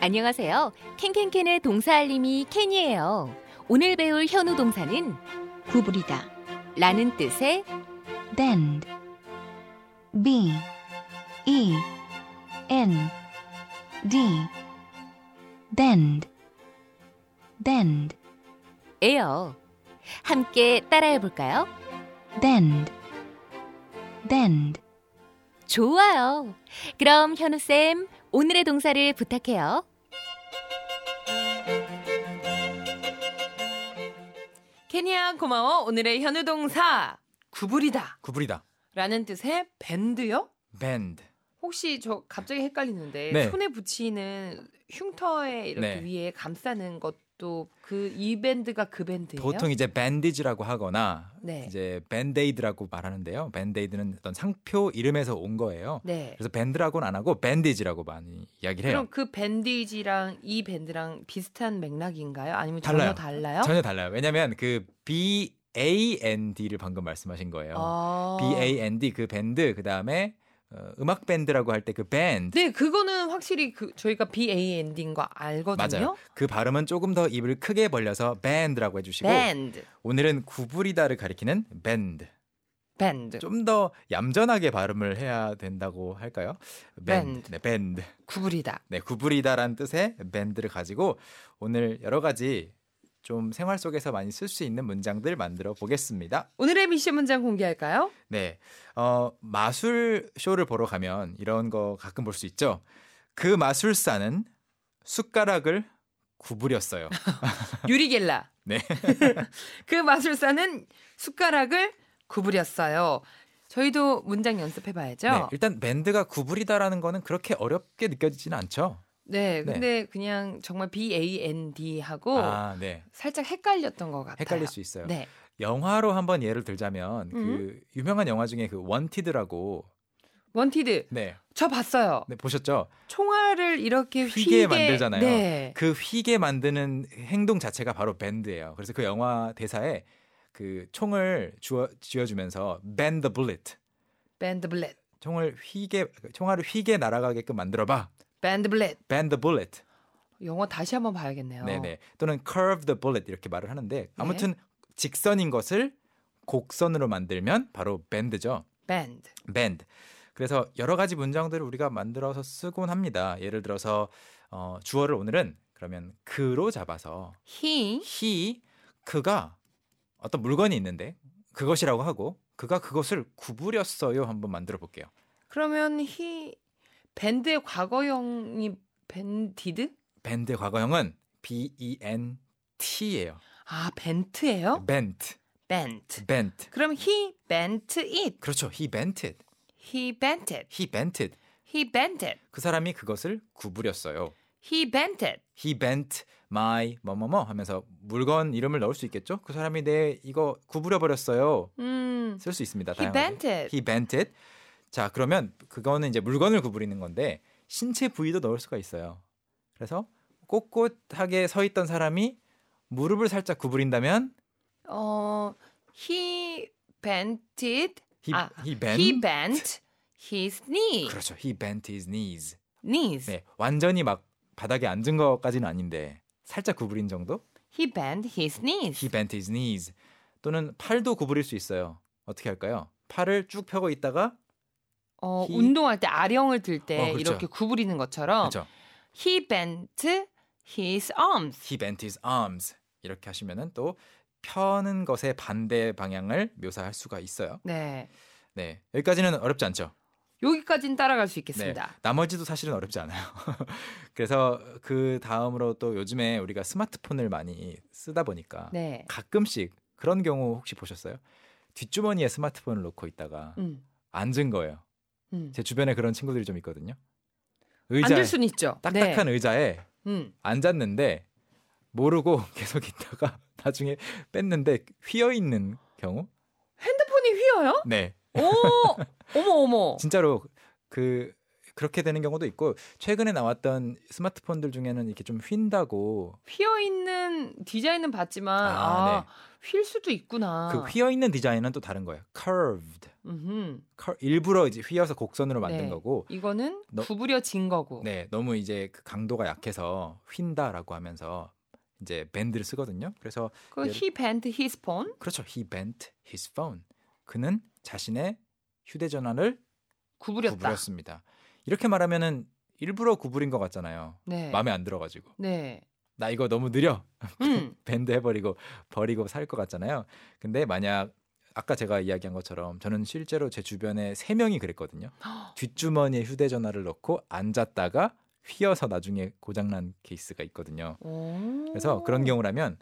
안녕하세요. 캔캔캔의 동사 알림이 캔이에요. 오늘 배울 현우 동사는 구부리다 라는 뜻의 bend b e n d bend bend 에요. 함께 따라해 볼까요? bend bend 좋아요. 그럼 현우쌤, 오늘의 동사를 부탁해요. 케니야 고마워 오늘의 현우 동사 구부리다 구부리다. 라는 뜻의 밴드요? 밴드. 혹시 저 갑자기 헷갈리는데 네. 손에 붙이는 흉터에 이렇게 네. 위에 감싸는 것도 그 이 밴드가 그 밴드예요? 보통 이제 밴디지라고 하거나 네. 이제 밴데이드라고 말하는데요. 밴데이드는 어떤 상표 이름에서 온 거예요. 네. 그래서 밴드라고는 안 하고 밴디지라고 많이 이야기를 해요. 그럼 그 밴디지랑 이 밴드랑 비슷한 맥락인가요? 아니면 달라요. 전혀 달라요? 전혀 달라요. 왜냐면 그 B A N D를 방금 말씀하신 거예요. 아. B A N D 그 밴드 그다음에 어, 음악 밴드라고 할 때 그 밴드 네, 그거는 확실히 그 저희가 B A N D인 거 알거든요. 맞아요. 그 발음은 조금 더 입을 크게 벌려서 밴드라고 해 주시고 밴드. 오늘은 구부리다를 가리키는 밴드. 밴드. 좀 더 얌전하게 발음을 해야 된다고 할까요? 밴드. 밴드. 네, 밴드. 구부리다. 네, 구부리다라는 뜻의 밴드를 가지고 오늘 여러 가지 좀 생활 속에서 많이 쓸 수 있는 문장들 만들어 보겠습니다. 오늘의 미션 문장 공개할까요? 네. 어, 마술 쇼를 보러 가면 이런 거 가끔 볼 수 있죠. 그 마술사는 숟가락을 구부렸어요. 유리겔라. 네. 그 마술사는 숟가락을 구부렸어요. 저희도 문장 네, 연습해봐야죠. 네. 일단 밴드가 구부리다라는 거는 그렇게 어렵게 느껴지지는 않죠. 네, 근데 그냥 정말 B A N D 하고 네. 아, 네. 살짝 헷갈렸던 것 같아요. 헷갈릴 수 있어요. 네. 영화로 한번 예를 들자면 음. 그 유명한 영화 중에 그 원티드라고 원티드 네, 저 봤어요. 네, 보셨죠? 총알을 이렇게 휘게 휘게, 만들잖아요. 네. 그 휘게 만드는 행동 자체가 바로 밴드예요. 그래서 그 영화 대사에 그 총을 주어, 쥐어주면서 bend the bullet 밴드 블렛, 총을 휘게 총알을 휘게 날아가게끔 만들어봐 밴드 블렛. bend the bullet 영어 네. 다시 한번 봐야겠네요. 네네 또는 curve the bullet 이렇게 말을 하는데 아무튼 직선인 것을 곡선으로 만들면 바로 밴드죠. 밴드. bend. 그래서 여러 가지 문장들을 우리가 만들어서 쓰곤 합니다. 예를 들어서 어, 주어를 오늘은 그러면 그로 잡아서 히. he 그가 어떤 물건이 있는데 그것이라고 하고 그가 그것을 구부렸어요 한번 만들어 볼게요. 그러면 히 밴드의 과거형이 밴디드? 밴드 의 과거형은 b e n t예요. 아, 벤트예요? 음. bent, bent. bent. 그럼 he bent it. 그렇죠. he bent it. he bent it. he bent it. he bent it. 그 사람이 그것을 구부렸어요. he bent it. he bent my 뭐뭐뭐 하면서 물건 이름을 넣을 수 있겠죠? 그 사람이 내 이거 구부려 버렸어요. 음. 쓸 수 있습니다. he 다양하게. bent it. he bent it. 자, 그러면 그거는 이제 물건을 구부리는 건데 신체 부위도 넣을 수가 있어요. 그래서 꼿꼿하게 서 있던 사람이 무릎을 살짝 구부린다면 어, he bent it. he, 아, he bent he bent his knee. 그렇죠. he bent his knees. knees. 네, 완전히 막 바닥에 앉은 것까지는 아닌데 살짝 구부린 정도? he bent his knees. He bent his knees. 또는 팔도 구부릴 수 있어요. 어떻게 할까요? 팔을 쭉 펴고 있다가 어, he- 운동할 때 아령을 들 때 어, 그렇죠. 이렇게 구부리는 것처럼 그렇죠. he bent his arms. He bent his arms. 이렇게 하시면은 또 펴는 것의 반대 방향을 묘사할 수가 있어요. 네. 네. 여기까지는 어렵지 않죠? 여기까진 따라갈 수 네. 있겠습니다. 나머지도 사실은 어렵지 않아요. 그래서 그 다음으로 또 요즘에 우리가 스마트폰을 많이 쓰다 보니까 네. 가끔씩 그런 경우 혹시 보셨어요? 뒷주머니에 스마트폰을 놓고 있다가 음. 앉은 거예요. 음. 제 주변에 그런 친구들이 좀 있거든요. 의자에 앉을 수는 있죠. 딱딱한 네. 의자에 음. 앉았는데 모르고 계속 있다가 나중에 뺐는데 휘어 있는 경우? 핸드폰이 휘어요? 네. 오, 어머 어머. 진짜로 그 그렇게 되는 경우도 있고 최근에 나왔던 스마트폰들 중에는 이렇게 좀 휜다고 휘어 있는 디자인은 봤지만 아, 휠 수도 있구나. 네. 그 휘어 있는 디자인은 또 다른 거예요. curved. 음흠. cur- 일부러 이제 휘어서 곡선으로 만든 네. 거고 이거는 너- 구부려진 거고. 네, 너무 이제 그 강도가 약해서 휜다라고 하면서 이제 밴드를 쓰거든요. 그래서 그 예를- he bent his phone. 그렇죠. he bent his phone. 그는 자신의 휴대 전화를 구부렸다. 구부렸습니다. 이렇게 말하면은 일부러 구부린 것 같잖아요. 네. 마음에 안 들어가지고 네. 나 이거 너무 느려 음. 밴드 해버리고 버리고 살 것 같잖아요. 근데 만약 아까 제가 이야기한 것처럼 저는 실제로 제 주변에 세 명이 그랬거든요. 뒷주머니에 휴대전화를 넣고 앉았다가 휘어서 나중에 고장난 케이스가 있거든요. 오. 그래서 그런 경우라면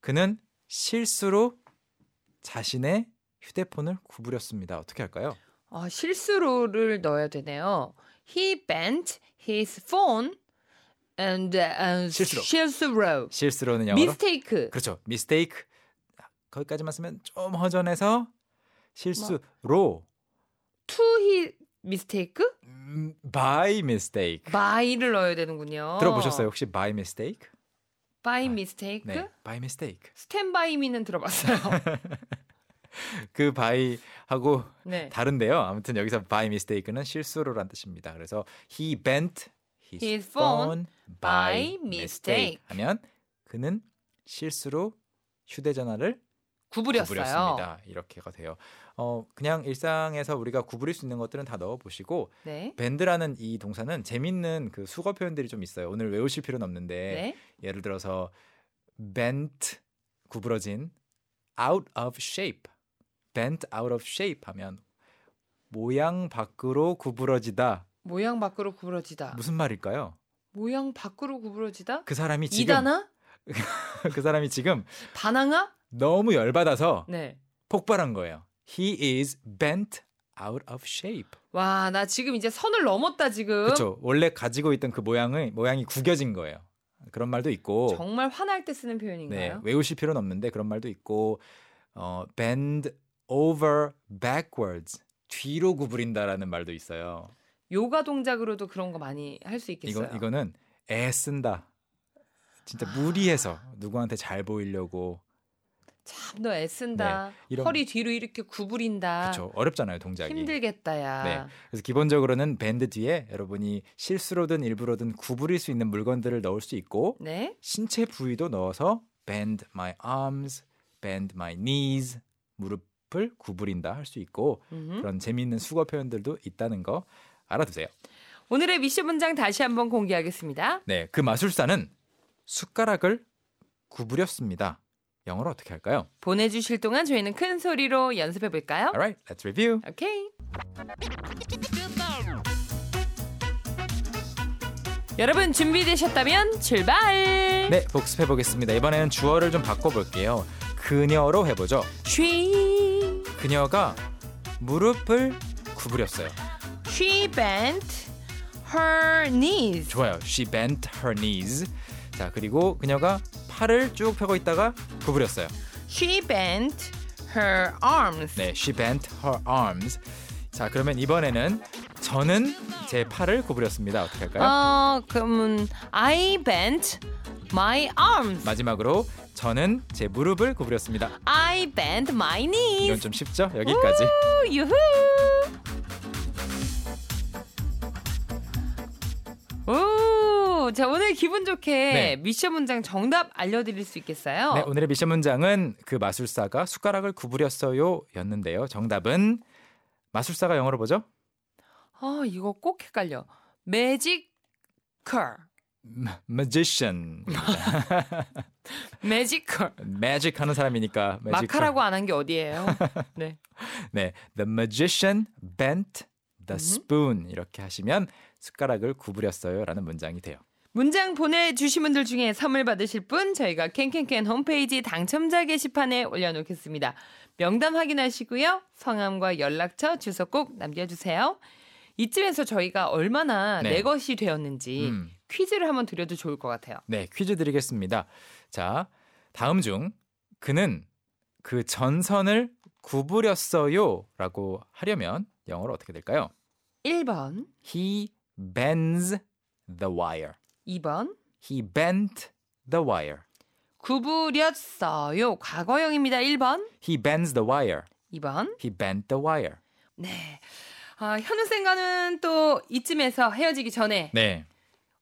그는 실수로 자신의 휴대폰을 구부렸습니다. 어떻게 할까요? 아, 실수로를 넣어야 되네요. He bent his phone and uh, 실수로. 실수로. 실수로는 영어로 미스테이크. 그렇죠. 미스테이크 거기까지만 쓰면 좀 허전해서 실수로 To he mistake? 음, by mistake by를 넣어야 되는군요. 들어보셨어요? 혹시 by mistake? by 아, mistake? 네, by mistake. stand by me는 들어봤어요. 그 by하고 네. 다른데요. 아무튼 여기서 by mistake는 실수로란 뜻입니다. 그래서 he bent his, His phone phone by by mistake mistake. 하면 그는 실수로 휴대전화를 구부렸어요. 구부렸습니다. 이렇게가 돼요. 어 그냥 일상에서 우리가 구부릴 수 있는 것들은 다 넣어 보시고 네. 밴드라는 이 동사는 재밌는 그 수거 표현들이 좀 있어요. 오늘 외우실 필요는 없는데 네. 예를 들어서 bent 구부러진 out of shape bent out of shape 하면 모양 밖으로 구부러지다 모양 밖으로 구부러지다. 무슨 말일까요? 모양 밖으로 구부러지다? 그 사람이 지금 이다나? 그 사람이 지금 바나나? 너무 열받아서 네. 폭발한 거예요. He is bent out of shape. 와, 나 지금 이제 선을 넘었다 지금. 그렇죠. 원래 가지고 있던 그 모양의 모양이 구겨진 거예요. 그런 말도 있고 정말 화날 때 쓰는 네, 표현인가요? 외우실 필요는 없는데 그런 말도 있고 어, bend over backwards 뒤로 구부린다라는 말도 있어요. 요가 동작으로도 그런 거 많이 할 수 이거 있겠어요. 아. 이거는 애쓴다. 진짜 무리해서 누구한테 잘 보이려고 참 너 애쓴다. 네. 이런- 허리 뒤로 이렇게 구부린다. 그렇죠. 어렵잖아요, 동작이. 힘들겠다야. 네. 그래서 기본적으로는 밴드 뒤에 여러분이 실수로든 일부러든 구부릴 수 있는 물건들을 넣을 수 있고 네. 신체 부위도 넣어서 bend my arms, bend my knees 무릎을 구부린다 할 수 있고 음흠. 그런 재미있는 수거 표현들도 있다는 거 알아두세요. 오늘의 미션 문장 다시 한번 공개하겠습니다. 네, 그 마술사는 숟가락을 구부렸습니다. 영어로 어떻게 할까요? 보내주실 동안 저희는 큰 소리로 연습해 볼까요? Alright, let's review. 오케이. 여러분 준비되셨다면 출발. 네, 복습해 보겠습니다. 이번에는 주어를 좀 바꿔볼게요. 그녀로 해보죠. She 그녀가 무릎을 구부렸어요. she bent her knees. 좋아요. She bent her knees. 자, 그리고 그녀가 팔을 쭉 펴고 있다가 구부렸어요. She bent her arms. 네, she bent her arms. 자, 그러면 이번에는 저는 제 팔을 구부렸습니다. 어떻게 할까요? 어, 그러면 I bent my arms. 마지막으로 저는 제 무릎을 구부렸습니다. I bent my 이건 knees. 좀 쉽죠? 여기까지. 우, 유후. 오, 자 오늘 기분 좋게 네. 미션 문장 정답 알려드릴 수 있겠어요? 네, 오늘의 미션 문장은 그 마술사가 숟가락을 구부렸어요였는데요. 정답은 마술사가 영어로 뭐죠? 아 이거 꼭 헷갈려. 매직 컬, Ma- magician. 매직 컬. 매직 하는 사람이니까 magic. 마카라고 안 한 게 어디예요? 네, 네, the magician bent 음. the spoon 이렇게 하시면 숟가락을 구부렸어요라는 문장이 돼요. 문장 보내주신 분들 중에 선물 받으실 분 저희가 캔캔캔 홈페이지 당첨자 게시판에 올려놓겠습니다. 명단 확인하시고요. 성함과 연락처, 주소 꼭 남겨주세요. 이쯤에서 저희가 얼마나 네. 내 것이 되었는지 음. 퀴즈를 한번 드려도 좋을 것 같아요. 네, 퀴즈 드리겠습니다. 자, 다음 중 그는 그 전선을 구부렸어요라고 하려면 영어로 어떻게 될까요? 1번, He bends the wire. 2번. He bent the wire. 구부렸어요. 과거형입니다. 1번. He bends the wire. 2번. He bent the wire. 네. 아, 현우쌤과는 또 이쯤에서 헤어지기 전에 네.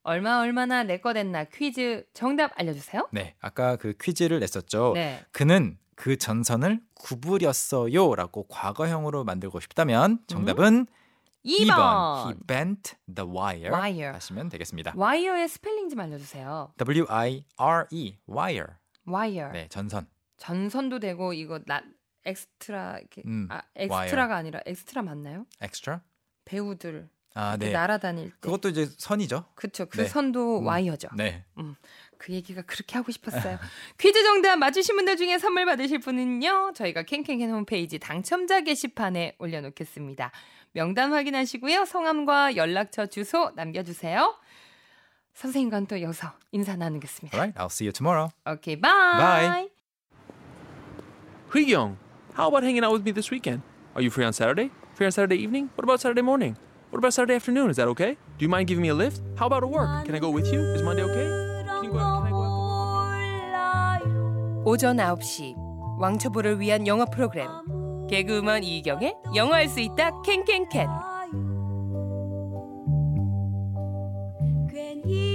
얼마 얼마나 내 거 됐나 퀴즈 정답 알려주세요. 네. 아까 그 퀴즈를 냈었죠. 네. 그는 그 전선을 구부렸어요라고 과거형으로 만들고 싶다면 정답은 2번. 음? 2번. He bent the wire. Wire. 하시면 되겠습니다. 와이어의 스펠링 좀 알려주세요. W I R E wire. 와이어. 네, 전선. 전선도 되고 이거 나 엑스트라 이렇게 음, 아 엑스트라가 아니라 엑스트라 맞나요? extra. 배우들 아, 이렇게 네. 날아다닐 때 그것도 이제 선이죠. 그쵸 그 네. 선도 음. 와이어죠. 네. 그 얘기가 그렇게 하고 싶었어요. 퀴즈 정답 맞추신 분들 중에 선물 받으실 분은요. 저희가 캔캔캔 홈페이지 당첨자 게시판에 올려놓겠습니다. 명단 확인하시고요. 성함과 연락처 주소 남겨주세요. 선생님과는 또 여기서 인사 나누겠습니다. Alright, I'll see you tomorrow. 오케이 바이. Bye. Young, how about hanging out with me this weekend? Are you free on Saturday? Free on Saturday evening? What about Saturday morning? What about Saturday afternoon? Is that okay? Do you mind giving me a lift? How about a work? Can I go with you? Is Monday okay? Can you go out? Can I go out? 오전 9시 왕초보를 위한 영어 프로그램 개그우먼 이경의 영어할 수 있다 캔캔캔 괜히